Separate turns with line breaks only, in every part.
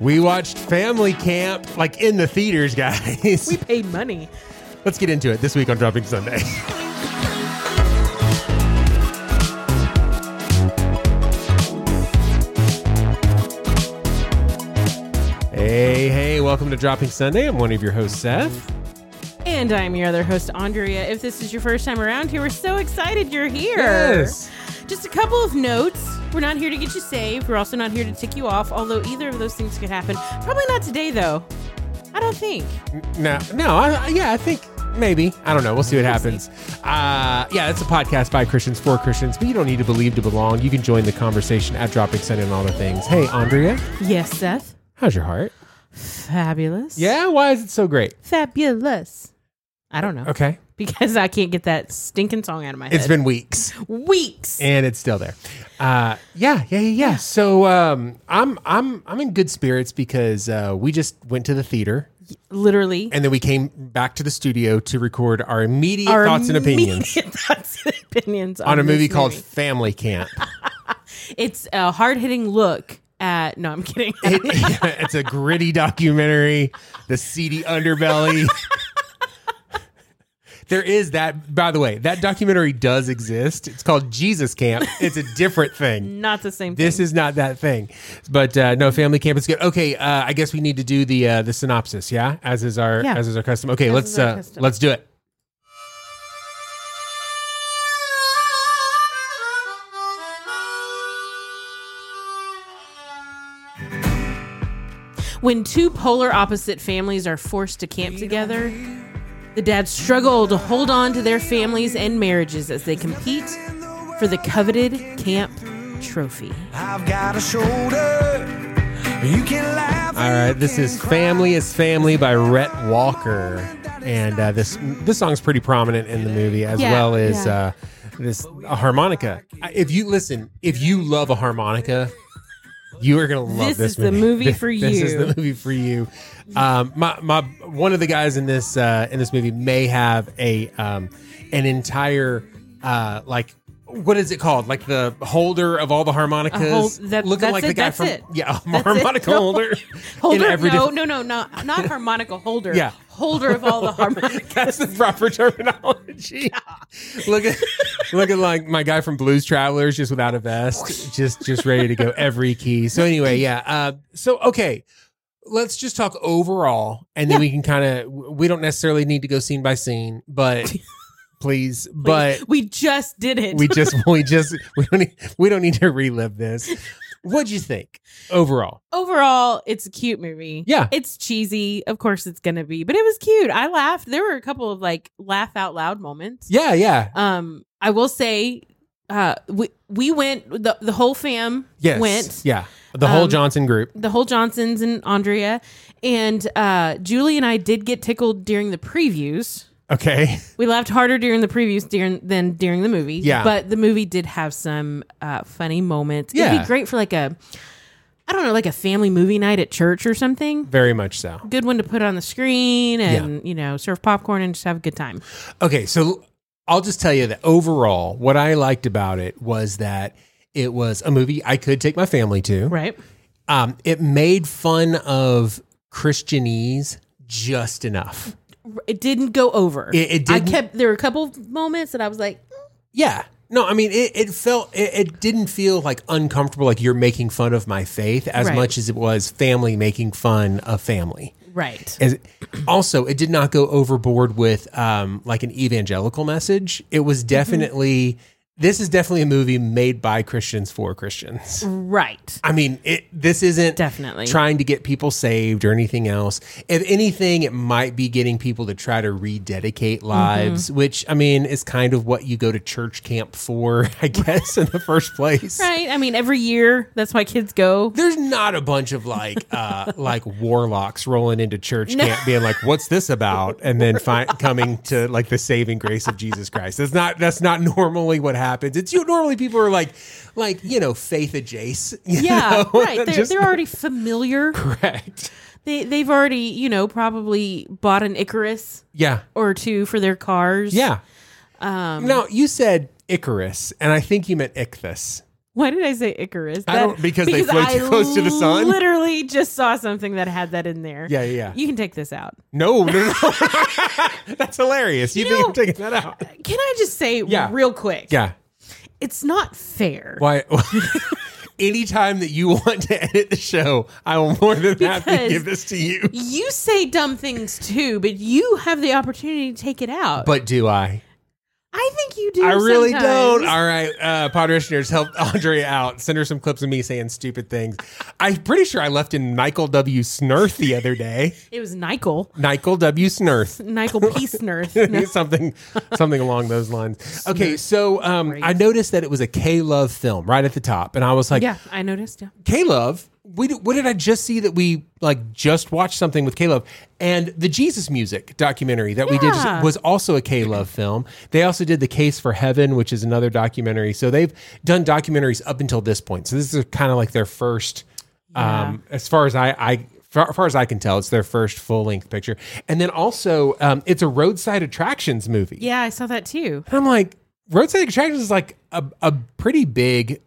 We watched Family Camp like in the theaters, guys.
We paid money.
Let's get into it this week on Dropping Sunday. hey, hey, welcome to Dropping Sunday. I'm one of your hosts, Seth.
And I'm your other host, Andrea. If this is your first time around here, we're so excited you're here.
Yes.
Just a couple of notes. We're not here to get you saved. We're also not here to tick you off, although either of those things could happen. Probably not today, though. I don't think.
No, no, I, I- yeah, I think maybe. I don't know. We'll see what happens. Uh, yeah, it's a podcast by Christians for Christians, but you don't need to believe to belong. You can join the conversation at Dropping Sunday and all the things. Hey, Andrea,
Yes, Seth.
how's your heart?
Fabulous.
Yeah, why is it so great?
Fabulous. I don't know.
Okay.
Because I can't get that stinking song out of my
It's
head.
been weeks
weeks.
and it's still there. Uh, yeah, yeah, yeah, yeah. So um, I'm I'm I'm in good spirits because uh, we just went to the theater
Literally.
and then we came back to the studio to record our immediate
Our
thoughts and opinions
immediate Thoughts and opinions
on a
this
movie called Family Camp.
It's a hard hitting look at. No, I'm kidding.
it's a gritty documentary, the seedy underbelly. there is that, by the way, that documentary does exist. It's called Jesus Camp. It's a different thing.
Not the same
This
thing.
is not that thing, but uh, no, family camp is good. Okay, uh, I guess we need to do the uh, the synopsis, yeah, as is our
Yeah.
as is our custom. Okay, let's
is our
uh,
custom.
let's do it.
When two polar opposite families are forced to camp together, the dads struggle to hold on to their families and marriages as they compete for the coveted camp trophy.
I've got a shoulder. You can laugh.
All right, this is "Family Is Family" by Rhett Walker, and uh, this this song's pretty prominent in the movie as
Yeah,
well as
yeah.
uh, this a harmonica. I- If you listen, if you love a harmonica, you are gonna love
This
this.
is the movie for
This is
you.
the movie for you. Um, my my one of the guys in this uh, in this movie may have a um, an entire uh, like. What is it called? Like the holder of all the harmonicas,
that-
looking
that's
like
it,
the guy
that's
from
it.
yeah, a
That's it.
harmonica
No.
holder.
Holder?
in every
no,
different-
no, no, no, not harmonica holder.
Yeah.
Holder of all the harmonica.
That's the proper terminology. Look at looking like my guy from Blues Travelers, just without a
Oh,
vest, just just ready to go every key. So anyway, yeah. Uh, so okay, let's just talk overall, and then we can kind of we don't necessarily need to go scene by scene, but please, but
we just did it.
we just we just we don't need, we don't need to relive this. What'd you think overall?
overall, it's a cute movie.
Yeah.
It's cheesy. Of course it's gonna be, but it was cute. I laughed. There were a couple of like laugh out loud moments.
Yeah, yeah,
Um, I will say, uh, we we went the the whole fam
yes,
went
yeah. The whole
Um,
Johnson group.
the whole Johnsons and Andrea, and uh, Julie and I did get tickled during the previews.
Okay.
We laughed harder during the previews during, than during the movie.
Yeah.
but the movie did have some uh, funny moments. it'd
Yeah.
be great for like a, I don't know, like a family movie night at church or something.
Very much so.
Good one to put on the screen and you know serve popcorn and just have a good time.
Okay, so I'll just tell you that overall, what I liked about it was that it was a movie I could take my family to.
Right?
Um, it made fun of Christianese just enough.
It didn't go over.
It- it
I
didn't-
kept there were a couple moments that I was like,
Yeah. No, I mean it. It felt it, it didn't feel like uncomfortable, like you're making fun of my faith, as
Right.
much as it was family making fun of family.
Right.
As, also, it did not go overboard with um, like an evangelical message. It was definitely this is definitely a movie made by Christians for Christians.
Right.
I mean, it, this isn't
Mm. Definitely.
trying to get people saved or anything else. If anything, it might be getting people to try to rededicate lives, which I mean is kind of what you go to church camp for, I guess, in the first place.
Right. I mean, every year, that's why kids go.
There's not a bunch of like uh like warlocks rolling into church camp being like, "What's this about?" and then fi- coming to like the saving grace of Jesus Christ. That's not that's not normally what happens. It's you normally people are like like, you know, faith adjacent. you
Yeah,
know?
right. They're,
Just
they're already familiar.
correct.
They, they've already, you know, probably bought an Icarus
Yeah.
or two for their cars.
Yeah. Um, now you said Icarus, and I think you meant Ichthus.
Why did I say Icarus?
I don't- because they flew too
I
close to the sun?
Literally, just saw something that had that in there.
Yeah, yeah, yeah.
You can take this out.
No, no, no. That's hilarious. You,
You
think
know-
I'm taking that out?
Can I just say
Yeah.
real quick?
Yeah.
It's not fair.
Why? Anytime that you want to edit the show, I will more than happy to
Because-
give this to you.
You say dumb things too, but you have the opportunity to take it out.
But do I?
I think you do.
I really don't.
sometimes.
All right, uh, Podrishioners, help Andrea out. Send her some clips of me saying stupid things. I'm pretty sure I left in Michael W. Snurth the other day.
It was Nikel.
Michael W. Snurth.
Nikel Peacenerth. No.
something something along those lines. Okay, so um, I noticed that it was a K Love film right at the top, and I was like,
yeah, I noticed. Yeah.
K Love. We, d- what did I just see that we like just watched something with K Love and the Jesus music documentary that we did
Yeah.
was also a K Love film. They also did the Case for Heaven, which is another documentary. So they've done documentaries up until this point. So this is kind of like their first, um, as far as I, I far, far as I can tell, it's their first full length picture. And then also, um, it's a roadside attractions movie.
Yeah, I saw that too.
And I'm like, Roadside Attractions is like a, a pretty big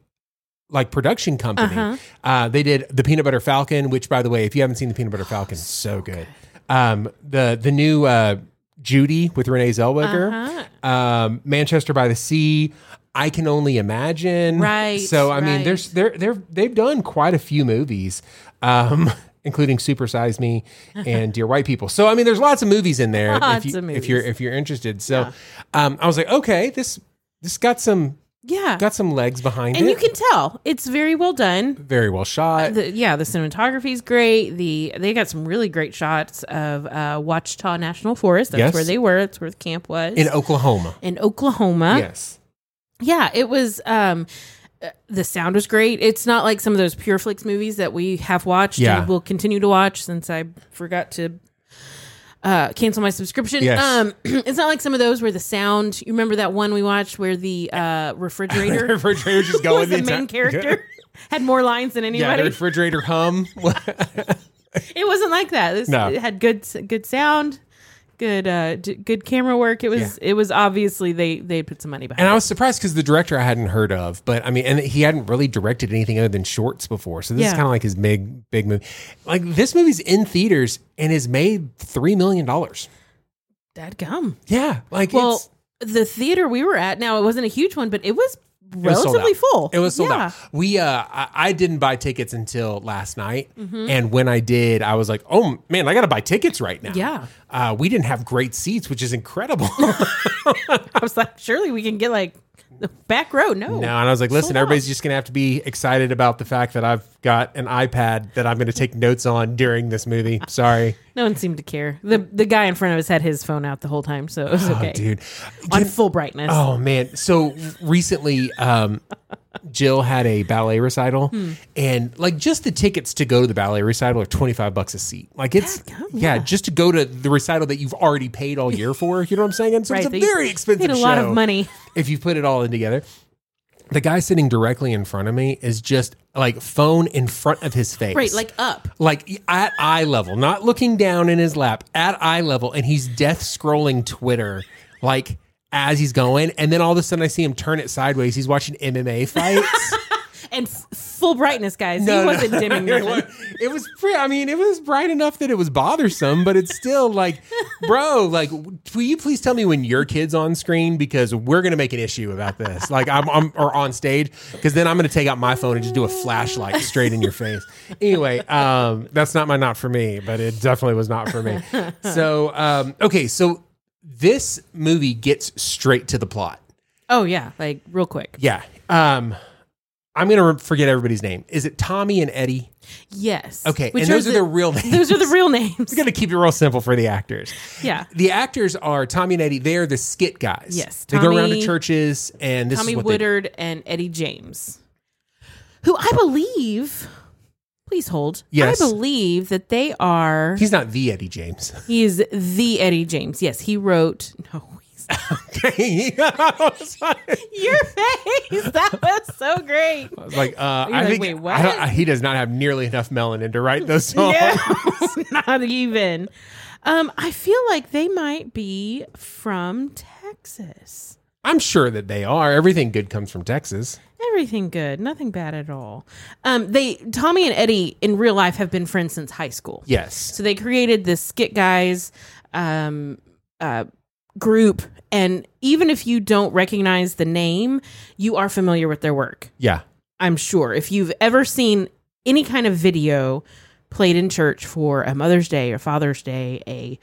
like production company. uh they did the Peanut Butter Falcon, which by the way, if you haven't seen the Peanut Butter Falcon, it's Oh, so good. Um, the the new uh, Judy with Renee Zellweger, um, Manchester by the Sea. I can only imagine.
Right,
So I mean,
right.
there's they're they're they've done quite a few movies. Um, including Super Size Me and Dear White People. So I mean there's lots of movies in there
Lots
if, you,
of
if you're
movies.
if you're interested. So um, I was like, okay, this this got some
Yeah.
got some legs behind
and
it.
you can tell it's very well done.
Very well shot.
The, yeah, the cinematography's great. The they got some really great shots of uh, Wachita National Forest. That's
Yes.
where they were. That's where the camp was
in Oklahoma.
in Oklahoma.
Yes.
Yeah, it was. Um, uh, the sound was great. It's not like some of those Pure Flix movies that we have watched
Yeah.
and will continue to watch since I forgot to uh, cancel my subscription.
Yes.
Um, it's not like some of those where the sound. You remember that one we watched where the uh,
The
refrigerator
refrigerator just going
was the main
entire-
character. Had more lines than
Yeah, the
anybody.
refrigerator hum.
it wasn't like that. This,
No.
It had good good sound, good uh, d- good camera work. It was it was obviously they they put some money behind.
and I
it.
was surprised because the director I hadn't heard of, but I mean, and he hadn't really directed anything other than shorts before. So this is
Yeah.
kind of like his big, big movie. Like this movie's in theaters and has made three million dollars.
Dad gum.
Yeah, like
Well,
it's,
the theater we were at now it wasn't a huge one, but it was
It was sold
relatively
out.
full.
It was sold
yeah.
out. We, uh, I, I didn't buy tickets until last night,
Mm-hmm.
and when I did, I was like, "Oh man, I got to buy tickets right now."
Yeah.
uh, we didn't have great seats, which is incredible.
I was like, surely we can get like the back row. No,
No, and I was like, listen,
Sold out.
everybody's just going to have to be excited about the fact that I've got an iPad that I'm going to take notes on during this movie. Sorry.
no one seemed to care. the The guy in front of us had his phone out the whole time, so it was okay.
Oh, dude.
On full brightness.
Oh, man. So recently, um, Jill had a ballet recital,
Hmm.
and like just the tickets to go to the ballet recital are 25 bucks a seat. Like it's, yeah,
Dadgum, yeah.
just to go to the recital that you've already paid all year for. You know what I'm saying? And so it's a
they
very expensive
Paid a lot
show.
of money.
if you put it all in together. The guy sitting directly in front of me is just like phone in front of his face.
Right, like up.
like at eye level, not looking down in his lap, at eye level, and he's death scrolling Twitter like as he's going, and then all of a sudden I see him turn it sideways. He's watching MMA fights.
And f- full brightness, guys.
No,
he
no.
wasn't dimming
it
nothing.
was, it was pretty. I mean, it was bright enough that it was bothersome, but it's still like, bro, like, will you please tell me when your kid's on screen because we're gonna make an issue about this. Like, I'm, I'm or on stage because then I'm gonna take out my phone and just do a flashlight straight in your face. Anyway, um, that's not my not for me, but it definitely was not for me. So, um, okay, so this movie gets straight to the plot.
Oh yeah, like real quick.
Yeah. Um, I'm gonna re- forget everybody's name. Is it Tommy and Eddie?
Yes.
Okay,
Which
and
are
those are their real names.
Those are the real names.
We're gonna keep it real simple for the actors.
yeah.
The actors are Tommy and Eddie. They are the skit guys.
Yes,
they go around to
Tommy-
churches and this
Tommy
is what
Woodard and Eddie James, who I believe, please hold.
Yes.
I believe that they are.
They, he's not the Eddie James.
He is the Eddie James. Yes, he wrote. No, he's
uh, Okay, I was like,
your face. That was so great.
uh, I
like,
think
"Wait, what?"
I don't- I- he does not have nearly enough melanin to write those songs.
No, not even. Um, I feel like they might be from Texas.
I'm sure that they are. Everything good comes from Texas.
Everything good, nothing bad at all. Um, they Tommy and Eddie in real life have been friends since high school.
Yes.
So they created this Skit Guys um, uh, group, and even if you don't recognize the name, you are familiar with their work.
Yeah.
I'm sure if you've ever seen any kind of video played in church for a Mother's Day or Father's Day, a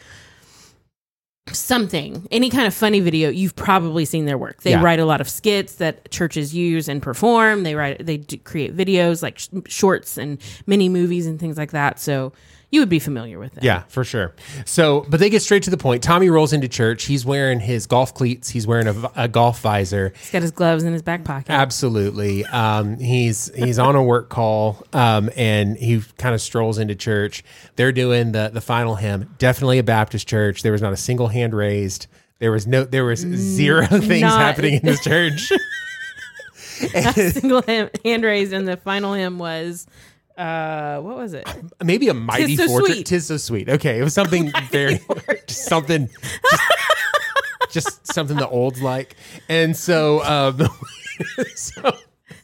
something, any kind of funny video, you've probably seen their work. They
Yeah.
write a lot of skits that churches use and perform. They write, they do create videos like sh- shorts and mini movies and things like that. So you would be familiar with them.
Yeah, for sure. So, but they get straight to the point. Tommy rolls into church. He's wearing his golf cleats. He's wearing a, v- a golf visor.
He's got his gloves in his back pocket.
Absolutely. Um, he's he's on a work call, um, and he kind of strolls into church. They're doing the the final hymn. Definitely a Baptist church. There was not a single hand raised. There was no. There was zero things
Mm, not-
happening in this church.
Single hand, hand raised, and the final hymn was, uh, what was it?
Maybe a mighty
so
fortress.
sweet.
Tis so sweet. Okay, it was something very just something. Just, just something the olds like, and so um, so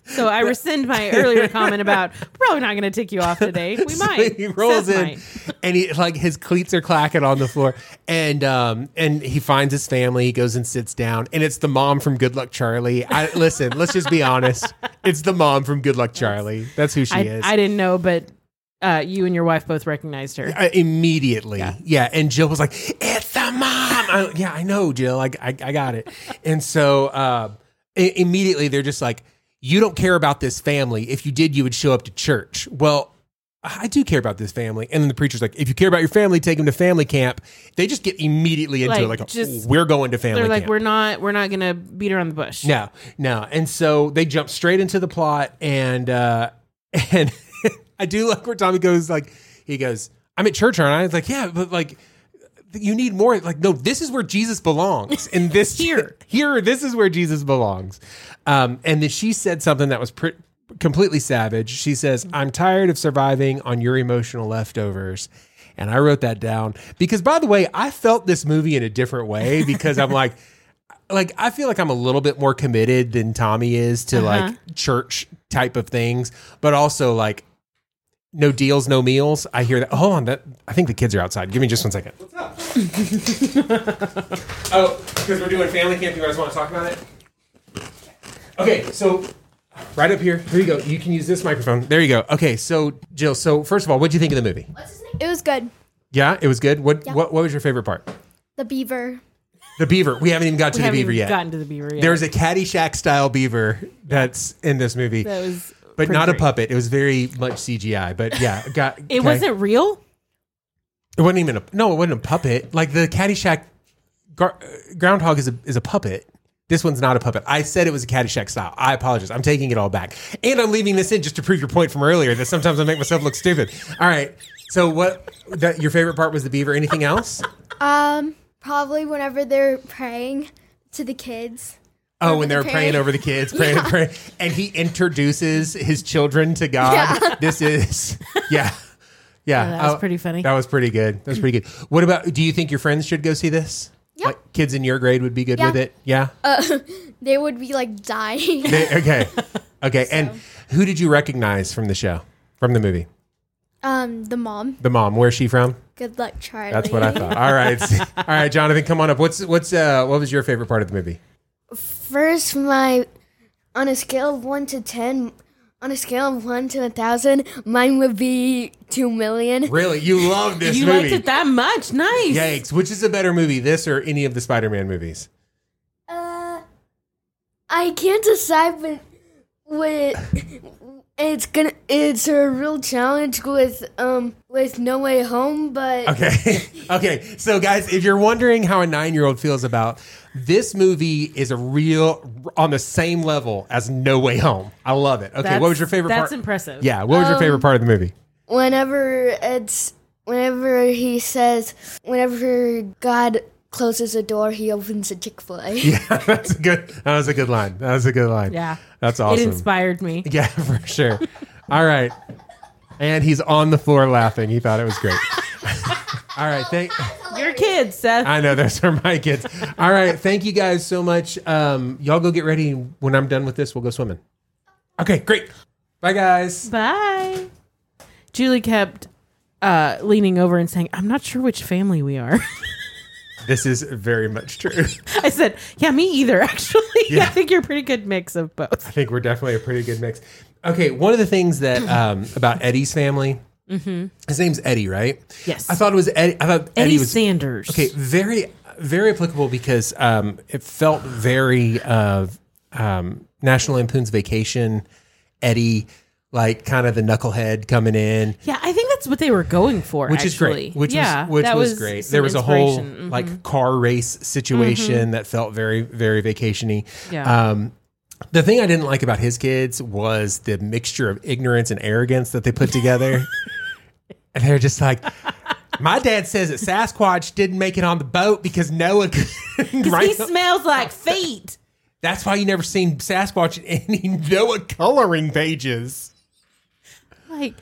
So I rescind my earlier comment about probably not going to tick you off today. We
So
might.
He rolls
Seth
in,
might.
and he like his cleats are clacking on the floor, and um and he finds his family. He goes and sits down, and it's the mom from Good Luck Charlie. I listen. let's just be honest. It's the mom from Good Luck Charlie. That's who she
I,
is.
I didn't know, but uh, you and your wife both recognized her.
I- immediately. Yeah. And Jill was like, it's the mom. I- yeah, I know, Jill. I, I, I got it. And so uh, i- immediately they're just like, you don't care about this family. If you did, you would show up to church. Well, I do care about this family. And then the preacher's like, if you care about your family, take them to family camp. They just get immediately into
Like,
it. Like,
just-
we're going to family
They're like,
camp.
we're not, we're not going to beat her on the bush.
No, no. And so they jump straight into the plot, and uh, and I do like where Tommy goes. Like he goes, "I'm at church, aren't I?" It's like, "Yeah, but like." You need more. Like, no, this is where Jesus belongs. And this
Here.
here, this is where Jesus belongs. Um, and then she said something that was pr- completely savage. She says, I'm tired of surviving on your emotional leftovers. And I wrote that down because, by the way, I felt this movie in a different way because I'm like, like I feel like I'm a little bit more committed than Tommy is
Uh-huh.
to like church type of things, but also like no deals, no meals. I hear that. Hold on, that I think the kids are outside. Give me just one second. What's up? oh, because we're doing family camp. You guys want to talk about it? Okay, so right up here. Here you go. You can use this microphone. There you go. Okay, so Jill. So first of all, what do you think of the movie?
It was good.
Yeah, it was good. What what, what was your favorite part?
The beaver.
The beaver. We haven't even got to
We
the
haven't
beaver
even
yet.
gotten to the beaver yet.
There's a Caddyshack style beaver that's in this movie,
that was,
but
pretty
not a
great.
puppet. It was very much CGI. But yeah, got,
It
okay.
wasn't real.
It wasn't even a no. It wasn't a puppet. Like the Caddyshack gar, uh, groundhog is a is a puppet. This one's not a puppet. I said it was a Caddyshack style. I apologize. I'm taking it all back, and I'm leaving this in just to prove your point from earlier that sometimes I make myself look stupid. All right. So what? That your favorite part was the beaver. Anything else?
Um, probably whenever they're praying to the kids.
Oh, when they were
the
praying
parents.
over the kids, praying, praying, and he introduces his children to God. This is, yeah, yeah.
that was pretty funny.
That was pretty good. That was pretty good. What about? Do you think your friends should go see this?
Yeah.
like kids in your grade would be good
Yeah.
with it. Yeah.
Uh,
They would be like dying.
They- okay, okay. And who did you recognize from the show, from the movie?
um, the mom.
The mom. Where's she from?
Good luck, Charlie.
That's what I thought. All right, all right, Jonathan, come on up. What's what's uh what was your favorite part of the movie?
First, my on a scale of one to ten, on a scale of one to a thousand, mine would be two million.
Really, you love this
you
movie.
liked it that much. Nice.
Yikes! Which is a better movie, this or any of the Spider-Man movies?
Uh, I can't decide, but what it's gonna it's a real challenge with um with No Way Home, but
Okay. okay. So, guys, if you're wondering how a nine year old feels about this movie, is a real on the same level as No Way Home. I love it. Okay.
That's-
what was your favorite
that's
part?
Um, impressive.
yeah. What was your favorite part of the movie?
whenever it's whenever he says whenever God closes a door, he opens a Chick Fil A.
Yeah, that's a good. That was a good line. That was a good line.
Yeah.
That's awesome.
It inspired me.
yeah, for sure. All right. And he's on the floor laughing. He thought it was great. All right. Thank.
Your kids, Seth.
I know those are my kids. All right, thank you guys so much. Um, y'all go get ready. When I'm done with this, we'll go swimming. Okay, great. Bye, guys.
Bye. Julie kept uh, leaning over and saying, I'm not sure which family we are.
This is very much true.
I said, Yeah, me either, actually. I
Yeah.
think you're a pretty good mix of both.
I think we're definitely a pretty good mix. Okay, one of the things that um, about Eddie's family, his name's Eddie, right?
Mm-hmm. Yes.
I thought it was Eddie. I thought
Eddie,
Eddie was
Sanders.
okay. Very, very applicable because um, it felt very uh, um, National Lampoon's Vacation. Eddie, like kind of the knucklehead coming in.
Yeah, I think that's what they were going for,
which is
actually.
great. Which
yeah,
was which
that
was, great.
some
There was a whole
inspiration. Mhm.
like car race situation that felt very very vacationy.
Yeah.
Um, the thing I didn't like about his kids was the mixture of ignorance and arrogance that they put together. and they're just like. My dad says that Sasquatch didn't make it on the boat because Noah couldn't.
Mm-hmm. he
Right?
smells like feet.
That's why you never seen Sasquatch in any Noah coloring pages.
Like,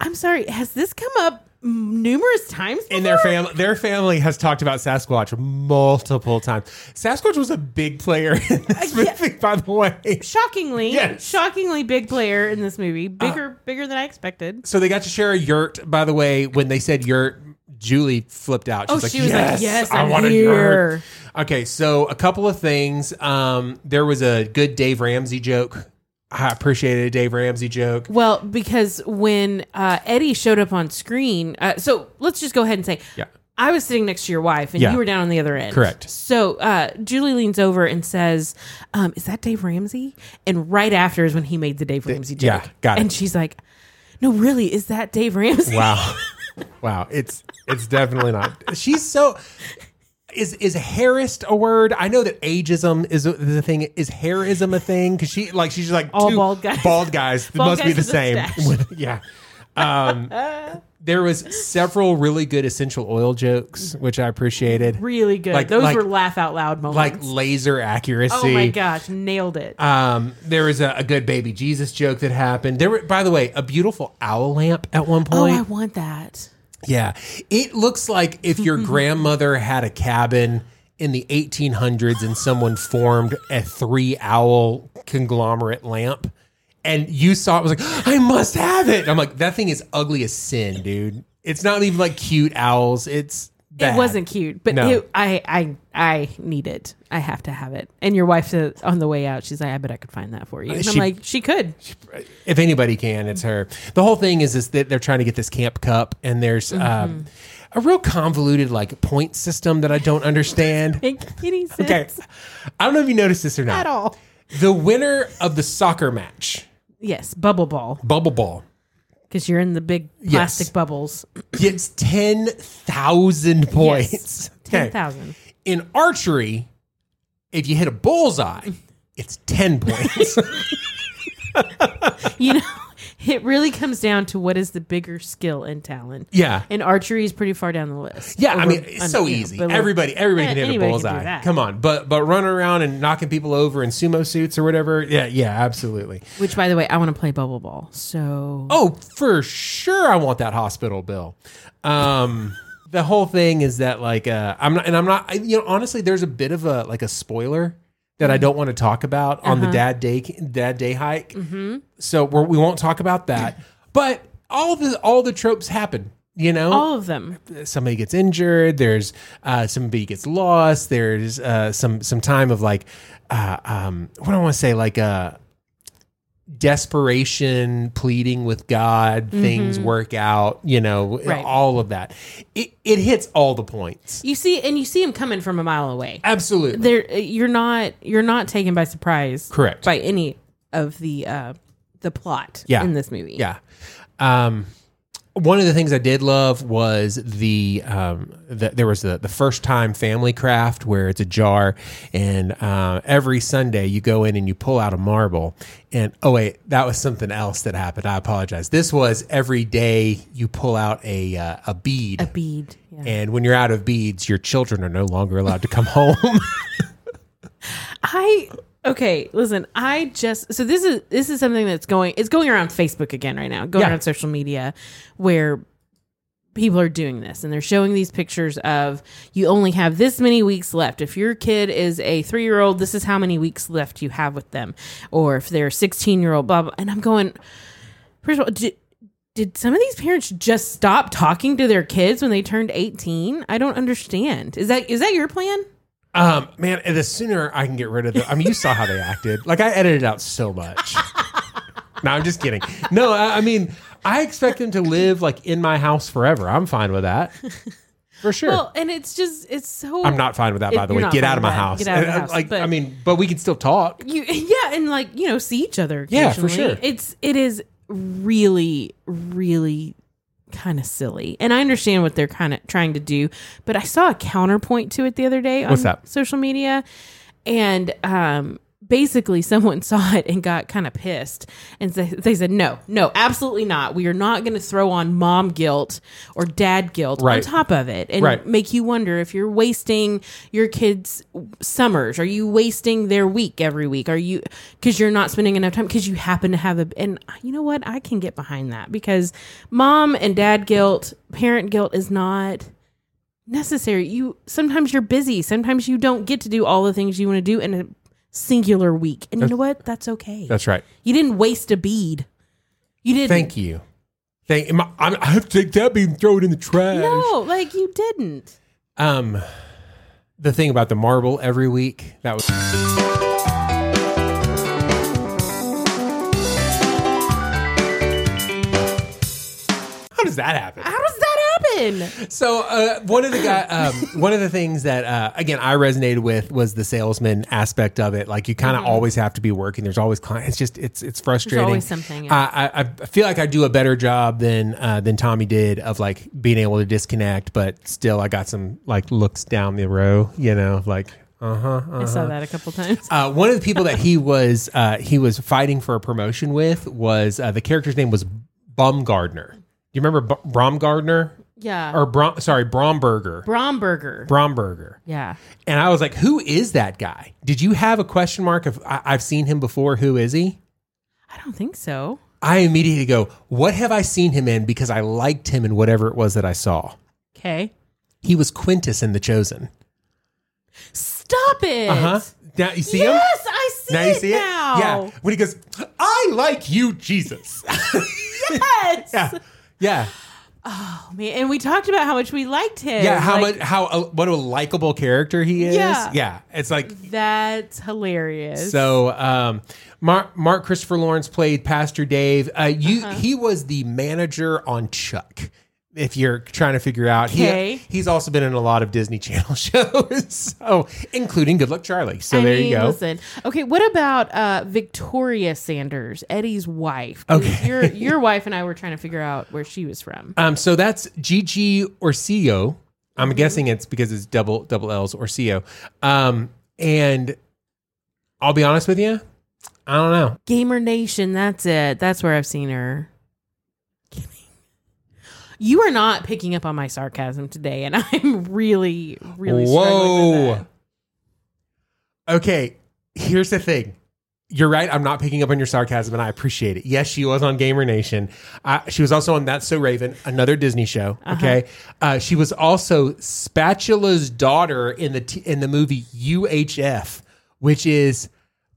I'm sorry, has this come up numerous times?
in their
before?
family their family has talked about sasquatch multiple times sasquatch was a big player in this
Uh, yeah.
movie by the way
Shockingly,
Yes. Uh,
shockingly big player in this movie. Bigger, bigger than I expected.
so they got to share a yurt by the way when they said yurt julie flipped out she's
Oh,
like,
she was like,
yes,
"Yes,
i
I'm
want a
here."
yurt okay so a couple of things um there was a good dave ramsey joke i appreciated a dave ramsey joke
Well, because when uh, Eddie showed up on screen, uh, so let's just go ahead and say,
Yeah.
I was sitting next to your wife, and
Yeah.
you were down on the other end.
Correct.
So uh, Julie leans over and says, um, "Is that Dave Ramsey?" And right after is when he made the Dave Ramsey joke.
yeah, got it.
And she's like, "No, really, is that Dave Ramsey?"
Wow. wow. It's it's definitely not. She's so is is harassed a word? I know that ageism is a, is a thing. Is hairism a thing? Because she like she's like
All
two
bald guys.
Bald guys
Bald
must be
guys
the
with
same.
mustache.
With- yeah. Um, there was several really good essential oil jokes, which I appreciated.
Really good.
Like-
Those
like-
were laugh out loud moments.
Like laser accuracy.
oh my gosh, nailed it.
Um, there was a, a good baby Jesus joke that happened. There, were, by the way, a beautiful owl lamp at one
oh,
point.
I want that.
Yeah. It looks like if your grandmother had a cabin in the 1800s and someone formed a three owl conglomerate lamp and you saw it was like, "Ah, I must have it. I'm like, that thing is ugly as sin, dude. It's not even like cute owls. It's bad.
It wasn't cute, but
No.
it, I, I, I need it. I have to have it. And your wife said on the way out, she's like, "I bet I could find that for you." And I'm
she-
like, "She could."
If anybody can, it's her. The whole thing is, is that they're trying to get this camp cup and there's
Mm-hmm.
um, a real convoluted like point system that I don't understand.
Make any sense
Okay. I don't know if you noticed this or not.
at all?
The winner of the soccer match,
Yes, bubble ball
bubble ball,
because you're in the big
Yes.
plastic bubbles.
gets 10,000 points.
Yes,
Okay.
ten thousand.
In archery, if you hit a bullseye, it's 10 points.
You know, it really comes down to what is the bigger skill and talent.
yeah.
And archery is pretty far down the list.
Yeah, I
Over-
mean it's so
you know,
easy.
below-
everybody, everybody
Yeah,
can hit
anybody
a
can do
bullseye.
that.
Come on, but but running around and knocking people over in sumo suits or whatever. Yeah, yeah, absolutely.
Which, by the way, I want to play bubble ball. So
Oh, for sure, I want that hospital bill. Um, the whole thing is that like uh, I'm not, and I'm not. I, you know, honestly, there's a bit of a like a spoiler that I don't want to talk about on the dad day dad day hike. So we're, we won't talk about that. but all the all the tropes happen. You know,
all of them.
somebody gets injured. There's uh, somebody gets lost. There's uh, some some time of like, uh, um, what do I want to say? Like uh, desperation, pleading with God. Things work out. You know,
Right.
all of that. It it hits all the points.
You see, and you see them coming from a mile away.
Absolutely.
there you're not you're not taken by surprise
Correct.
by any of the uh the plot
Yeah.
in this movie
Yeah. Um, one of the things I did love was the, um, the there was the, the first time family craft where it's a jar and uh, every Sunday you go in and you pull out a marble and oh wait that was something else that happened I apologize this was every day you pull out a uh, a bead
a bead yeah.
and when you're out of beads your children are no longer allowed to come home
i okay listen i just so this is this is something that's going it's going around facebook again right now going
Yeah.
around social media where people are doing this and they're showing these pictures of you only have this many weeks left if your kid is a three-year-old this is how many weeks left you have with them or if they're a 16-year-old blah blah and i'm going first of all did, did some of these parents just stop talking to their kids when they turned 18 i don't understand is that is that your plan
Um, man, and the sooner I can get rid of them. I mean, you saw how they acted. Like I edited out so much. no, I'm just kidding. No, I, I mean, I expect them to live like in my house forever. I'm fine with that. For sure.
well and it's just it's so
I'm not fine with that,
It-
by the
you're
way.
not
Get
fine
out of
with
my
that.
house.
Get out of
And,
the
uh,
house,
Like,
but-
I mean, but we can still talk.
you yeah and like you know see each other
Yeah, for
occasionally.
sure.
it's it is really really kind of silly and i understand what they're kind of trying to do but i saw a counterpoint to it the other day on
What's that?
social media and um basically someone saw it and got kind of pissed and they, they said no no absolutely not we are not going to throw on mom guilt or dad guilt
Right.
on top of it and
Right.
make you wonder if you're wasting your kids summers are you wasting their week every week are you because you're not spending enough time because you happen to have a and you know what i can get behind that because mom and dad guilt parent guilt is not necessary. You sometimes you're busy. Sometimes you don't get to do all the things you want to do in a singular week. And you know what? That's okay.
That's right.
you didn't waste a bead. You didn't.
Thank you. Thank am I, I'm- I have to take that bean and throw it in the trash.
No, like you didn't.
Um, the thing about the marble every week that was. How does that happen?
How does that happen?
So uh, one of the guy, um, one of the things that uh, again I resonated with was the salesman aspect of it. Like you kind of always have to be working. There's always clients. It's just it's it's frustrating.
Mm-hmm. always something, yeah.
I, I, I feel like I do a better job than uh, than Tommy did of like being able to disconnect, but still I got some like looks down the row. You know, of, like uh huh.
I saw that a couple times.
Uh, one of the people that he was uh, he was fighting for a promotion with was uh, the character's name was Baumgardner. Do you remember B- Bromgardner?
Yeah.
Or Brom, sorry, Bromberger.
Bromberger.
Bromberger.
yeah.
And I was like, who is that guy? Did you have a question mark of I- I've seen him before? Who is he?
I don't think so.
I immediately go, what have I seen him in? Because I liked him in whatever it was that I saw.
Okay.
He was Quintus in The Chosen.
Stop it.
Uh huh. Now you see him?
Yes, I see
Now
it
you see
now.
it? Yeah. When he goes, I like you, Jesus.
Yes.
yeah. Yeah.
Oh, man. And we talked about how much we liked him.
Yeah. How
Like,
much, how, uh, what a likable character he is.
Yeah.
yeah. It's like,
That's hilarious.
So um, Mark, Mark Christopher Lawrence played Pastor Dave. Uh, you
Uh-huh.
he was the manager on Chuck. If you're trying to figure out,
Okay.
he he's also been in a lot of Disney Channel shows, so including Good Luck Charlie. So
I
there
mean,
you go.
Listen, okay. What about uh, Victoria Sanders, Eddie's wife? 'Cause
Okay.
your your wife and I were trying to figure out where she was from.
Um, so that's Gigi Orsillo. I'm
Mm-hmm.
guessing it's because it's double double L's Orsillo. Um, and I'll be honest with you, I don't know.
Gamer Nation, that's it. That's where I've seen her. Kidding. You are not picking up on my sarcasm today, and I'm really, really struggling with that.
Okay, here's the thing. You're right. I'm not picking up on your sarcasm, and I appreciate it. Yes, she was on Gamer Nation. Uh, she was also on That's So Raven, another Disney show.
Uh-huh.
Okay, uh, she was also Spatula's daughter in the t- in the movie UHF, which is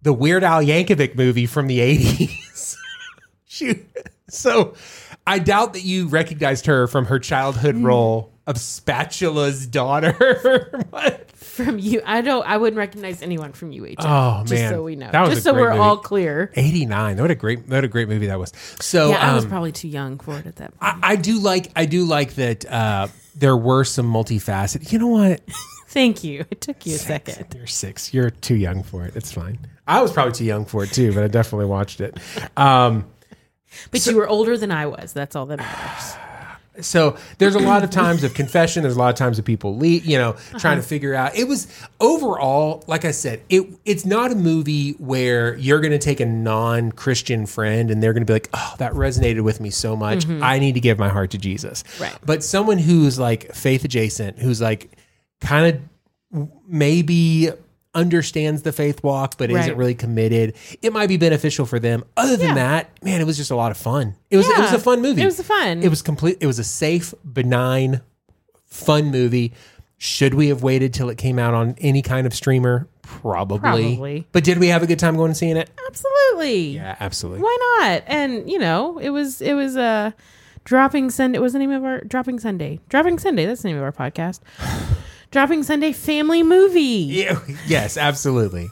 the Weird Al Yankovic movie from the 80s. she, so I doubt that you recognized her from her childhood role of Spatula's daughter. But-
From you, I don't. I wouldn't recognize anyone from UH.
Oh,
just
man.
so we know,
That was
just
a
so
great
we're
movie.
all clear.
89. What a great what a great movie that was. So
yeah, I was
um,
probably too young for it at that point.
I, I do like I do like that uh, there were some multifaceted. You know what?
Thank you. It took you a second.
You're six. You're too young for it. It's fine. I was probably too young for it too, but I definitely watched it. Um,
But you were older than I was. That's all that matters.
so there's a lot of times of confession. There's a lot of times of people, le- you know,
Uh-huh.
trying to figure out. It was overall, like I said, it it's not a movie where you're going to take a non-Christian friend and they're going to be like, "Oh, that resonated with me so much. I need to give my heart to Jesus."
Mm-hmm. Right.
But someone who's like faith adjacent, who's like kind of maybe understands the faith walk but
Right.
isn't really committed. It might be beneficial for them. Other than
Yeah.
that, man, it was just a lot of fun. It was it was
Yeah.
a fun movie.
It was fun.
It was complete. It was a safe, benign, fun movie. Should we have waited till it came out on any kind of streamer? Probably.
Probably.
But did we have a good time going and seeing it?
absolutely.
Yeah, absolutely.
Why not? And you know, it was it was uh, dropping Sunday. Was the name of our dropping Sunday? Dropping Sunday. That's the name of our podcast. dropping Sunday family movie.
Yeah, yes, absolutely.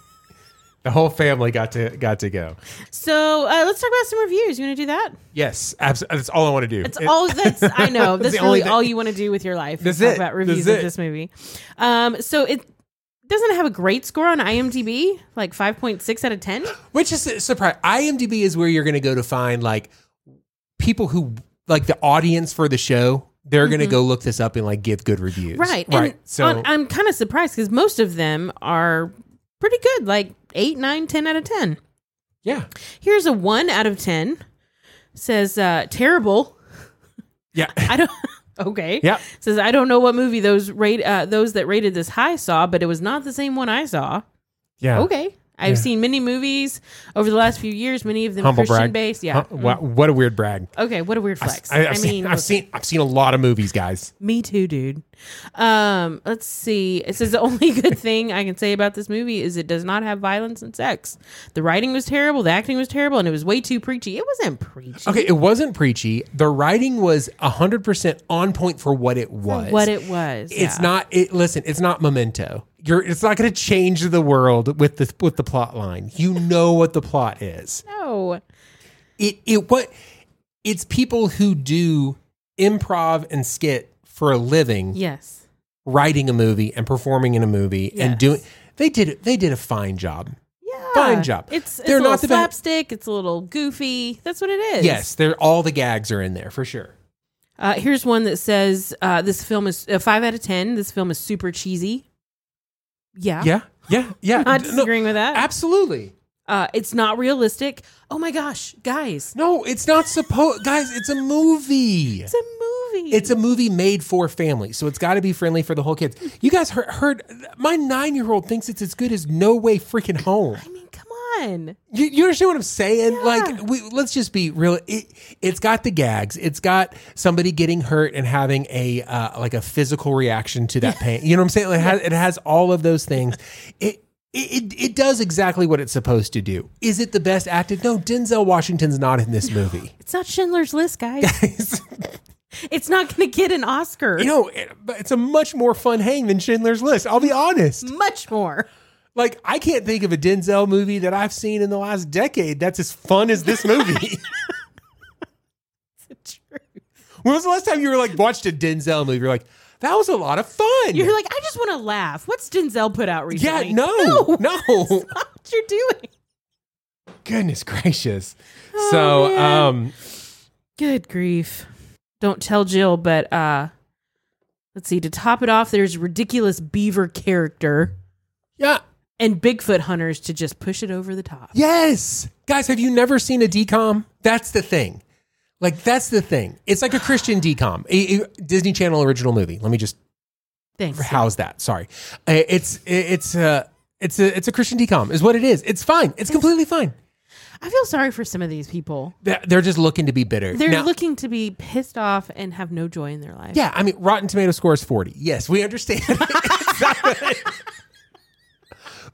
The whole family got to got to go.
So uh, let's talk about some reviews. You want to do that?
Yes, abs- that's all I want to do.
It's all that's I know. That's
the only
really
thing-
all you want to do with your life. is
That's
talk
it.
about reviews
That's
of
it.
this movie. Um, so it doesn't have a great score on IMDb, like five point six out of ten.
Which is a surprise. IMDb is where you're going to go to find like people who like the audience for the show. They're going to go look this up and like give good reviews.
Mm-hmm. Right.
Right.
And
so
on- I'm kind of surprised because most of them are pretty good, like eight, nine, ten out of ten.
yeah,
Here's a one out of ten. Says uh, terrible.
yeah,
I don't. Okay.
yeah.
Says I don't know what movie those rate uh, those that rated this high saw, but it was not the same one I saw.
Yeah.
Okay. I've
Yeah.
seen many movies over the last few years, many of them
Humble
Christian
brag.
based. Yeah. Mm.
Huh? Wow, what a weird brag.
Okay, what a weird flex.
I,
I,
have
mean,
seen, I've
look,
seen I've seen a lot of movies, guys.
me too, dude. Um, let's see. It says the only good thing I can say about this movie is it does not have violence and sex. The writing was terrible, the acting was terrible, and it was way too preachy. It wasn't preachy.
Okay, it wasn't preachy. The writing was 100% on point for what it was.
What it was.
It's
yeah.
not it listen, it's not memento. You're it's not going to change the world with the with the plot line. You know what the plot is.
No.
it it what it's people who do improv and skit for a living
Yes.
writing a movie and performing in a movie
Yes.
and doing they did they did a fine job
Yeah.
Fine job.
It's, it's
They're
a little
not the be-
slapstick. It's a little goofy. That's what it is.
yes they're all the gags are in there for sure
Uh, here's one that says uh, this film is uh, five out of ten. This film is super cheesy. Yeah,
yeah yeah yeah
I'm not
No,
disagreeing with that.
absolutely
Uh, it's not realistic. Oh my gosh, guys,
no it's not supposed guys it's a movie
it's a movie.
it's a movie made for families, so it's got to be friendly for the whole kids. You guys heard, heard my nine year old thinks it's as good as No Way Freaking Home.
I mean, come on.
You, you understand what I'm saying?
Yeah.
Like, we, let's just be real. It, it's got the gags. It's got somebody getting hurt and having a uh, like a physical reaction to that pain. You know what I'm saying? Like, It has, it has all of those things. It, it it it does exactly what it's supposed to do. Is it the best acted? No, Denzel Washington's not in this movie.
It's not Schindler's List, guys. it's not going to get an Oscar.
you know, it, but it's a much more fun hang than Schindler's List. I'll be honest.
much more.
Like, I can't think of a Denzel movie that I've seen in the last decade that's as fun as this movie.
It's true.
When was the last time you were like watched a Denzel movie? You're like, that was a lot of fun.
You're like, I just want to laugh. What's Denzel put out
yeah,
recently?
no, no,
Stop what you're doing.
goodness gracious. so,
Oh, man.
um,
Good grief. Don't tell Jill, but uh let's see, to top it off, there's ridiculous beaver character
yeah,
and Bigfoot hunters to just push it over the top.
yes, guys, have you never seen a decom? That's the thing. Like, that's the thing. It's like a Christian decom, a, a Disney Channel original movie. Let me just
Thanks.
how's that? Sorry, Uh, it's it's uh, it's a it's a Christian decom, is what it is. It's fine. It's completely fine.
I feel sorry for some of these people.
They're they're just looking to be bitter.
They're
Now-
looking to be pissed off and have no joy in their life.
Yeah, I mean, Rotten Tomato score is 40. Yes, we understand. It's not-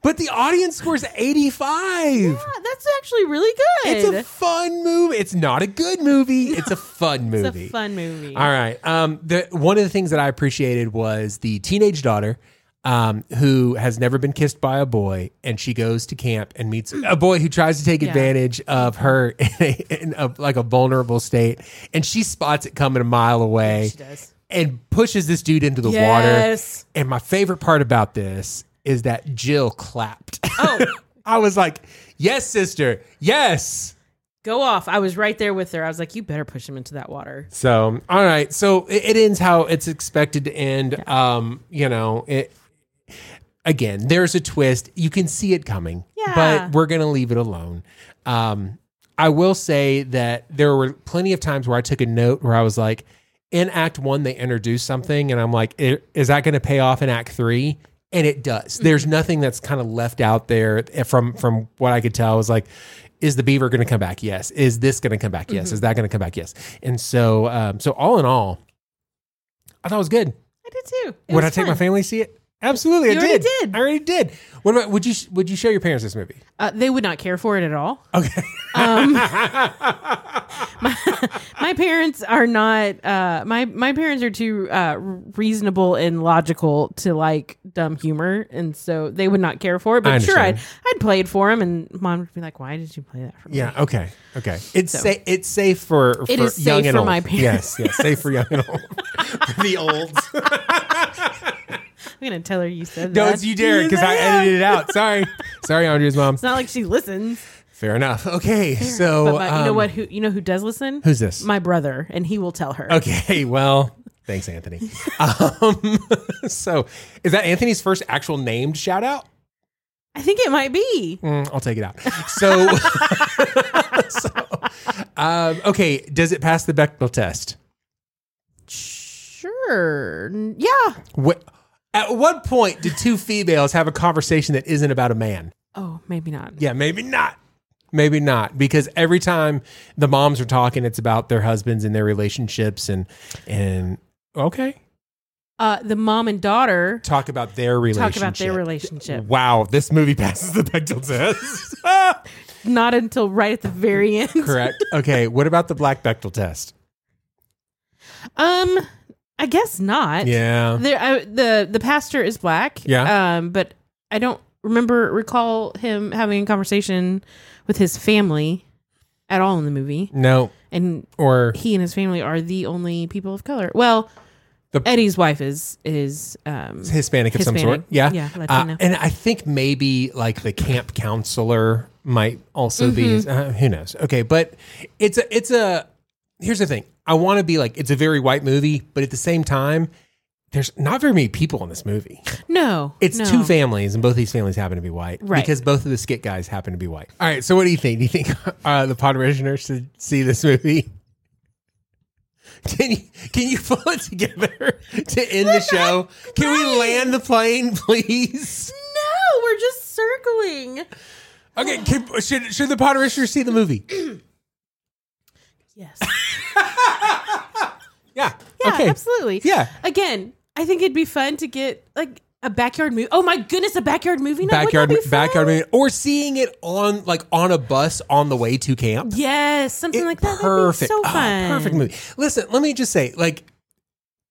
but the audience score is 85.
Yeah, that's actually really good.
It's a fun movie. It's not a good movie. It's a fun
It's a
movie.
fun movie.
All right. Um, the, one of the things that I appreciated was the teenage daughter um, who has never been kissed by a boy, and she goes to camp and meets a boy who tries to take advantage of her in, a, in a, like a vulnerable state, and she spots it coming a mile away
She does.
and pushes this dude into the
Yes.
water. And my favorite part about this is that Jill clapped.
Oh,
I was like, "Yes, sister. Yes."
go off. I was right there with her. I was like, you better push him into that water.
So, all right. So it, it ends how it's expected to end. Um, you know, it again, there's a twist. You can see it coming.
Yeah.
But we're gonna leave it alone. Um, I will say that there were plenty of times where I took a note where I was like, in Act One they introduced something, and I'm like, "I- is that gonna pay off in Act Three? and it does. There's nothing that's kind of left out there eh, from from what I could tell. I was like, is the beaver going to come back? Yes. Is this going to come back? Yes. Is that going to come back? Yes. And so, um, so all in all, I thought it was good.
I did too. It
would
was
I take my
fun.
family to see it? Absolutely, I
You already
did.
did.
I already did. What about would you would you show your parents this movie?
Uh, they would not care for it at all. Um,
Okay.
My parents are not. Uh, my my parents are too uh, reasonable and logical to like dumb humor, and so they would not care for it.
I
But sure, I'd
understand.
I'd play it for them, and mom would be like, "Why did you play that for me?"
Yeah. Okay. Okay. It's safe. It's safe for, for
It is safe
young and
for
old.
my parents.
Yes. Yes. Safe for young and old. the olds.
I'm gonna tell her you said
Don't
that.
you dare, because I edited it out. Sorry. Sorry, Andrea's mom.
It's not like she listens.
Fair enough. Okay. So
but, but you know
um,
what? Who you know who does listen?
Who's this?
My brother, and he will tell her.
Okay. Well, thanks, Anthony. um, so, is that Anthony's first actual named shout out?
I think it might be.
Mm, I'll take it out. So, so, um, okay. Does it pass the Bechdel test?
Sure. N- Yeah.
What, at what point did two females have a conversation that isn't about a man?
Oh, maybe not.
Yeah, maybe not. Maybe not because every time the moms are talking, it's about their husbands and their relationships and and okay,
Uh, the mom and daughter
talk about their relationship.
talk about their relationship.
Wow, this movie passes the Bechdel test.
Not until right at the very end.
Correct. Okay, what about the Black Bechdel test?
Um, I guess not.
Yeah.
There, I, the the pastor is black.
Yeah.
Um, but I don't remember recall him having a conversation with his family at all in the movie,
No,
and
or
he and his family are the only people of color. Well,
The-
Eddie's wife is is um
Hispanic of some
Hispanic.
sort. Yeah.
Yeah,
Uh,
Latino.
and I think maybe like the camp counselor might also
Mm-hmm.
be uh, who knows. Okay, but it's a it's a here's the thing. I want to be like it's a very white movie, but at the same time there's not very many people in this movie.
no.
It's
no.
two families, and both these families happen to be white
Right.
because both of the skit guys happen to be white. All right, so what do you think? Do you think uh, the pod parishioners should see this movie? Can you can you pull it together to end the show? Can we land the plane, please?
No, we're just circling.
Okay, can, should should the pod parishioners see the movie?
Yes.
Yeah.
Yeah,
okay.
absolutely.
Yeah.
Again, I think it'd be fun to get like a backyard movie. Oh my goodness, a backyard movie night. Wouldn't
Backyard,
that be fun?
backyard, movie. or seeing it on like on a bus on the way to camp.
Yes, something
It-
like that.
Perfect.
That'd be
Oh,
so fun.
perfect movie. Listen, let me just say, like,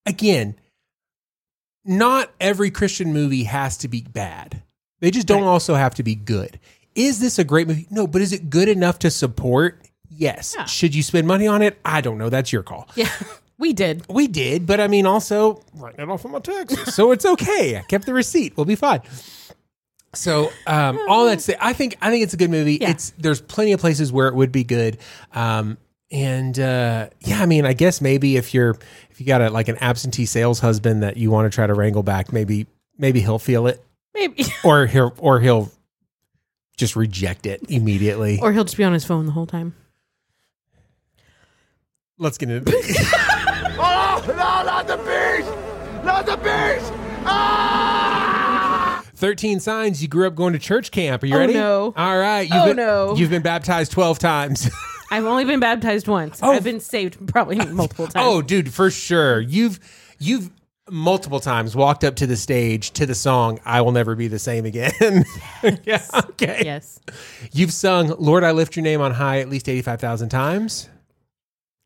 again, not every Christian movie has to be bad. They just don't also have to be good. Is this a great movie? No, but is it good enough to support? Yes.
Yeah.
Should you spend money on it? I don't know. That's your call.
Yeah, we did.
We did, but I mean, also writing it off of my taxes, so it's okay. I kept the receipt. We'll be fine. So, um, all that's the, I think I think it's a good movie.
Yeah.
It's there's plenty of places where it would be good, um, and uh, yeah, I mean, I guess maybe if you're if you got a, like an absentee sales husband that you want to try to wrangle back, maybe maybe he'll feel it,
Maybe,
or he'll or he'll just reject it immediately.
or he'll just be on his phone the whole time.
Let's get into it.
Oh, no, not the beast! Not the beast!
Thirteen signs you grew up going to church camp. Are you
Oh,
ready?
no.
All right. You've
Oh,
been,
no.
You've been baptized twelve times.
I've only been baptized once. I've been saved probably multiple times.
Oh, dude, for sure. You've you've multiple times walked up to the stage to the song "I Will Never Be the Same Again." yeah. Okay.
yes,
You've sung "Lord, I Lift Your Name on High" at least eighty-five thousand times.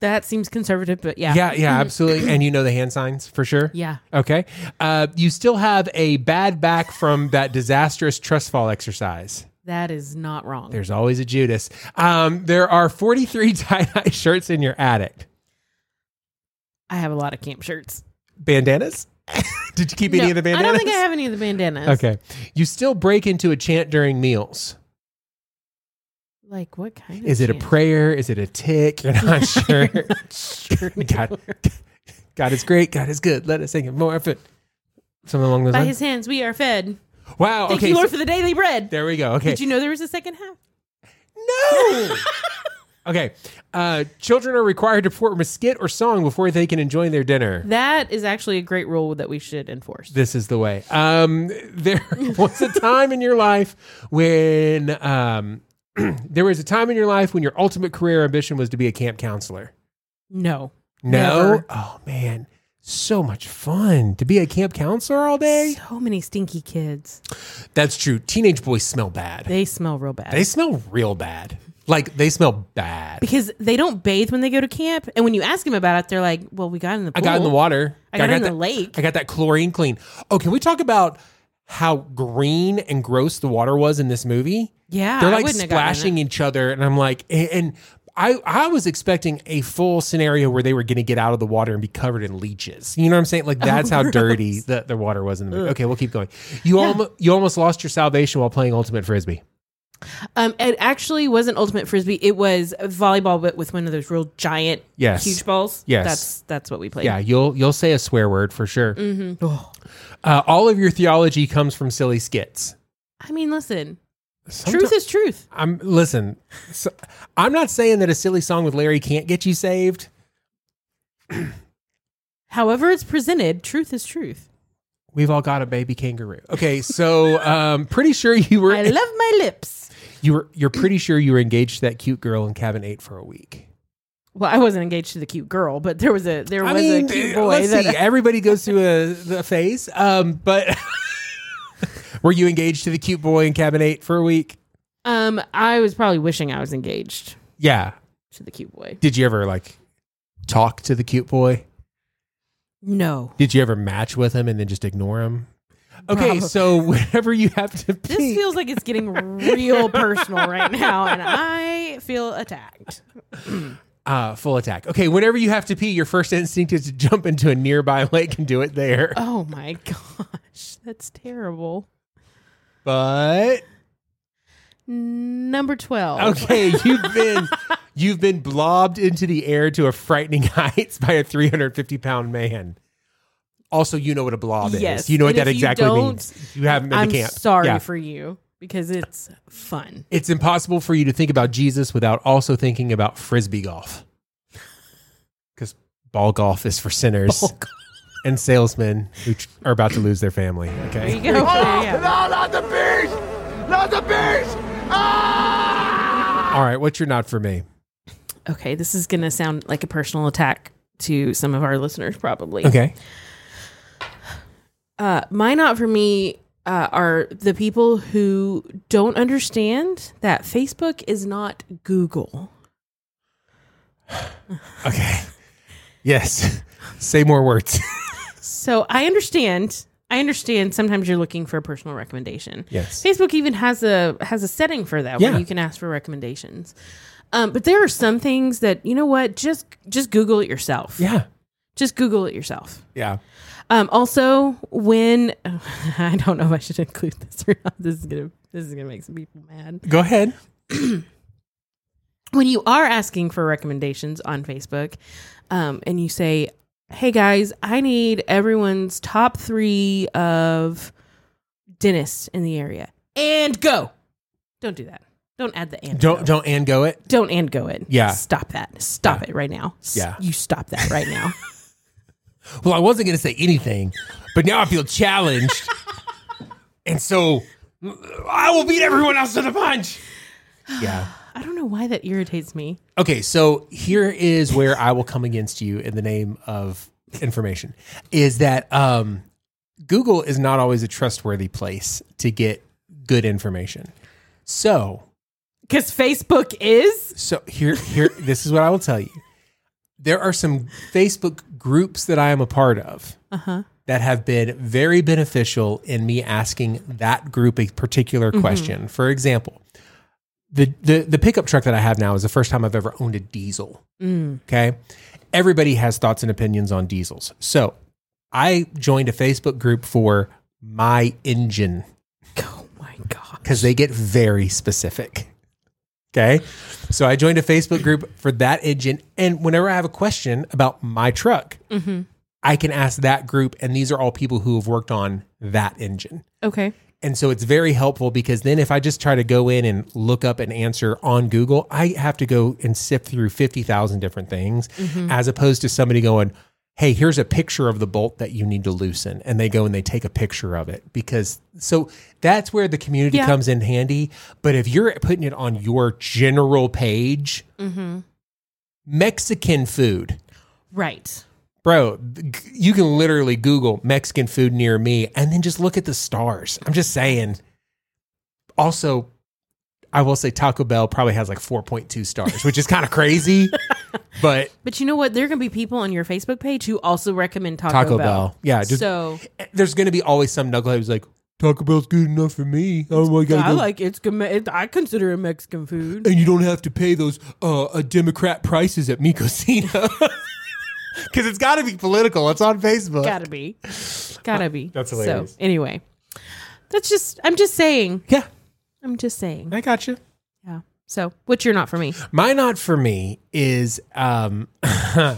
that seems conservative, but yeah, Mm-hmm.
Yeah. Yeah. Absolutely. and you know the hand signs for sure.
Yeah.
Okay. Uh, you still have a bad back from that disastrous trust fall exercise.
that is not wrong.
There's always a Judas. Um, there are 43 tie-dye shirts in your attic.
I have a lot of camp shirts.
Bandanas? Did you keep any
No,
of the
I
bandanas?
don't think I have any of the bandanas.
Okay. You still break into a chant during meals.
like what kind?
Is
of
it a
camp?
prayer? Is it a tick? You're not sure. God, God is great. God is good. Let us sing it more effort. Something along those
By
lines.
his hands we are fed.
wow.
Thank
okay.
you, Lord,
so-
for the daily bread.
there we go. Okay.
Did you know there was a second half?
no. Okay. Uh, children are required to pour mesquite or song before they can enjoy their dinner.
That is actually a great rule that we should enforce.
This is the way. Um, there was a time in your life when um, there was a time in your life when your ultimate career ambition was to be a camp counselor.
No.
No.
Never.
Oh man, so much fun to be a camp counselor all day.
So many stinky kids.
That's true. Teenage boys smell bad.
They smell real bad.
They smell real bad. Like they smell bad.
because they don't bathe when they go to camp. And when you ask them about it, they're like, well, we got in the pool.
I got in the water.
I got in
that,
the lake.
I got that chlorine clean. Oh, can we talk about how green and gross the water was in this movie?
Yeah.
They're
I
like
wouldn't have gotten in
splashing
it.
each other, and I'm like, and, and I I was expecting a full scenario where they were going to get out of the water and be covered in leeches. You know what I'm saying? Like
Oh,
that's how dirty the, the water was in the movie. Okay, we'll keep going. You almost you almost lost your salvation while playing ultimate frisbee.
Um, it actually wasn't ultimate frisbee. It was volleyball, but with one of those real giant,
Yes.
huge balls.
Yes.
that's that's what we played.
Yeah, you'll you'll say a swear word for sure. Mm-hmm. Uh, all of your theology comes from silly skits.
I mean, listen,
Sometimes-
truth is truth.
I'm listen. So, I'm not saying that a silly song with Larry can't get you saved.
However, it's presented, truth is truth.
We've all got a baby kangaroo. Okay, so um, pretty sure you were
I love my lips.
you were you're pretty sure you were engaged to that cute girl in cabin eight for a week.
Well, I wasn't engaged to the cute girl, but there was a there was a cute boy
let's
that
see. Everybody goes through a the phase. Um, but were you engaged to the cute boy in cabin eight for a week?
um I was probably wishing I was engaged
Yeah.
to the cute boy.
Did you ever like talk to the cute boy?
No,
Did you ever match with him and then just ignore him? Okay,
Probably.
so whenever you have to
this
pee-
feels like it's getting real personal right now, and I feel attacked.
Uh, full attack. Okay, whenever you have to pee, your first instinct is to jump into a nearby lake and do it there.
Oh my gosh, that's terrible.
But
Number twelve.
okay, you've been you've been blobbed into the air to a frightening heights by a 350 pound man. Also, you know what a blob
Yes,
is. You know what
and
that
if you
exactly
don't,
means. You haven't been
I'm
to camp.
sorry
Yeah.
for you because it's fun.
it's impossible for you to think about Jesus without also thinking about frisbee golf. Because ball golf is for sinners and salesmen who tr- are about to lose their family. Okay.
There you go. Yeah.
No, not the beast! Not the beast! Ah!
All right, what's your not for me?
Okay, this is gonna sound like a personal attack to some of our listeners, probably.
Okay.
Uh, my not for me uh, are the people who don't understand that Facebook is not Google.
Okay. Yes. Say more words.
So I understand. I understand. Sometimes you're looking for a personal recommendation.
Yes.
Facebook even has a has a setting for that
Yeah.
where you can ask for recommendations. Um, but there are some things that you know what just just Google it yourself.
Yeah.
Just Google it yourself.
Yeah.
Um, also, when I don't know if I should include this or not. This is gonna this is gonna make some people mad.
Go ahead.
when you are asking for recommendations on Facebook um, and you say, hey guys, I need everyone's top three of dentists in the area and go. Don't do that. Don't add the and.
Don't
go.
don't and go it.
Don't and go it.
Yeah.
Stop that. Stop it right now. S-
Yeah.
You stop that right now.
Well, I wasn't going to say anything, but now I feel challenged. and so I will beat everyone else to the punch. Yeah.
I don't know why that irritates me.
Okay, so here is where I will come against you in the name of information is that um, Google is not always a trustworthy place to get good information. So,
Because Facebook is.
so here, here, this is what I will tell you. There are some Facebook groups that I am a part of that have been very beneficial in me asking that group a particular question. For example, the, the the pickup truck that I have now is the first time I've ever owned a diesel. Okay. Everybody has thoughts and opinions on diesels. So I joined a Facebook group for my engine
Oh my God.
because they get very specific. Okay. So I joined a Facebook group for that engine. And whenever I have a question about my truck, I can ask that group. And these are all people who have worked on that engine.
Okay.
And so it's very helpful because then if I just try to go in and look up an answer on Google, I have to go and sift through 50,000 different things as opposed to somebody going, Hey, here's a picture of the bolt that you need to loosen. And they go and they take a picture of it because so that's where the community
Yeah.
comes in handy. But if you're putting it on your general page, Mexican food,
Right.
bro, g- you can literally Google Mexican food near me and then just look at the stars. I'm just saying. Also, I will say Taco Bell probably has like 4.2 stars, which is kind of crazy, but
But you know what? There are going to be people on your Facebook page who also recommend Taco,
Taco Bell. Yeah, just
so
there's going to be always some knucklehead who's like, Taco Bell's good enough for me. Oh my god,
I like it's. gam- it- I consider it Mexican food.
and you don't have to pay those uh, uh Democrat prices at Micosino. Because it's got to be political. It's on Facebook.
Gotta be. Gotta be.
That's hilarious.
So anyway, that's just. I'm just saying.
Yeah,
I'm just saying.
I got you.
Yeah. So what's your not for me?
My not for me is um my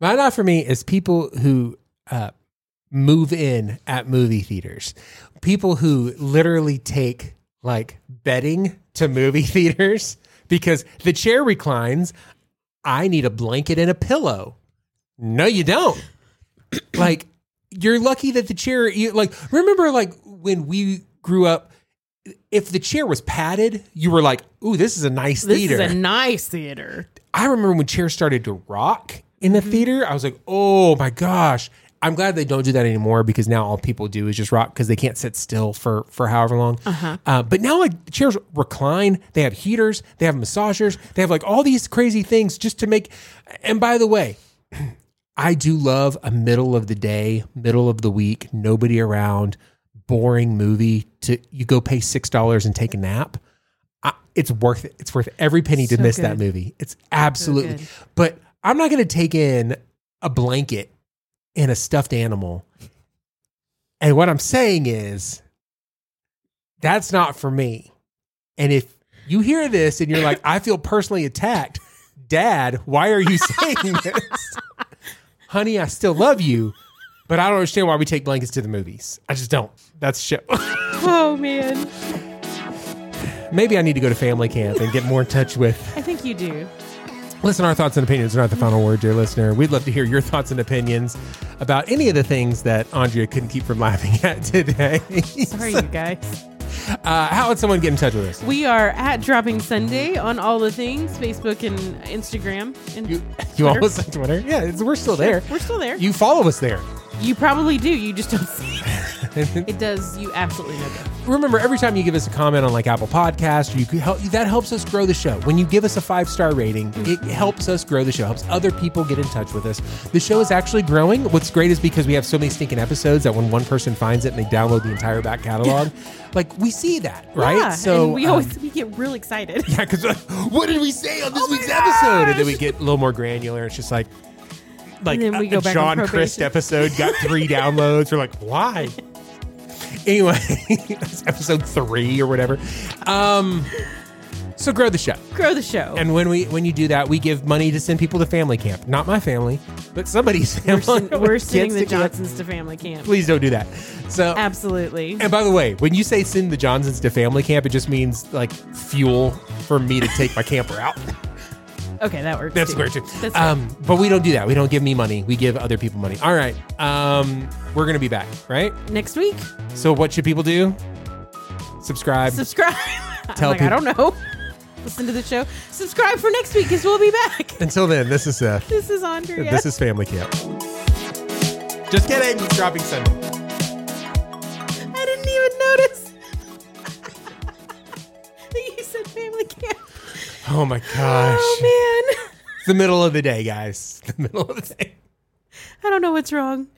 not for me is people who uh move in at movie theaters. People who literally take like bedding to movie theaters because the chair reclines, I need a blanket and a pillow. No you don't. like you're lucky that the chair you like remember like when we grew up if the chair was padded, you were like, "Ooh, this is a nice
This
theater."
is a nice theater.
I remember when chairs started to rock in
Mm-hmm.
the theater. I was like, oh my gosh. I'm glad they don't do that anymore because now all people do is just rock because they can't sit still for for however long. Uh-huh. but now like the chairs recline, they have heaters, they have massagers, they have like all these crazy things just to make. And by the way, I do love a middle of the day, middle of the week, nobody around, boring movie. To you go pay six dollars and take a nap. I, it's worth it. It's worth every penny to
So
miss that
good.
movie. It's absolutely.
good.
but I'm not going to take in a blanket and a stuffed animal. And what I'm saying is, that's not for me. And if you hear this and you're like, I feel personally attacked, Dad, why are you saying this? Honey, I still love you, but I don't understand why we take blankets to the movies. I just don't. That's shit.
Oh man,
Maybe I need to go to family camp and get more in touch with
I think you do.
Listen, our thoughts and opinions are not the final word, dear listener. We'd love to hear your thoughts and opinions about any of the things that Andrea couldn't keep from laughing at today.
Sorry, you guys.
Uh, how would someone get in touch with us?
We are at Dropping Sunday on all the things Facebook and Instagram. And
You, you
Twitter.
almost said Twitter. Yeah, it's, we're still there.
We're still there. You,
You follow us there.
probably do. You just don't see it. It does you absolutely no good.
Remember, every time you give us a comment on like Apple Podcasts, you could help, that helps us grow the show. When you give us a five star rating, it helps us grow the show, helps other people get in touch with us. The show is actually growing. What's great is because we have so many stinking episodes that when one person finds it and they download the entire back catalog, like we see that, right?
Yeah, and we
um,
always we get real excited.
yeah, because what did we say on this
Oh my
week's episode? And then
gosh!
we get a little more granular. It's just like, like
And then we
a-
go
a
back
John
on
Christ
probation.
episode got three downloads. We're like, why? Anyway, that's episode three or whatever. Um, so grow the show,
Grow the show.
and when we when you do that, we give money to send people to family camp. Not my family, but somebody's
we're,
family.
sen- we're
Kids
sending the
to camp.
Johnsons to family camp.
Please don't do that. So
Absolutely.
and by the way, when you say send the Johnsons to family camp, it just means like fuel for me to take my camper out.
Okay, that works.
That's
too.
square too.
That's um,
Um, but we don't do that. We don't give me money. We give other people money. All right. Um, we're gonna be back, right?
next week.
So what should people do? Subscribe.
Subscribe.
Tell
I'm like, I
people-
don't know. Listen to the show. Subscribe for next week because we'll be back.
Until then, this is Seth.
This is Andrea.
This is Family Camp. Just kidding. It's dropping Sunday.
I didn't even notice. that you said family camp.
Oh my gosh.
Oh man.
It's the middle of the day, guys. The middle of the day.
I don't know what's wrong.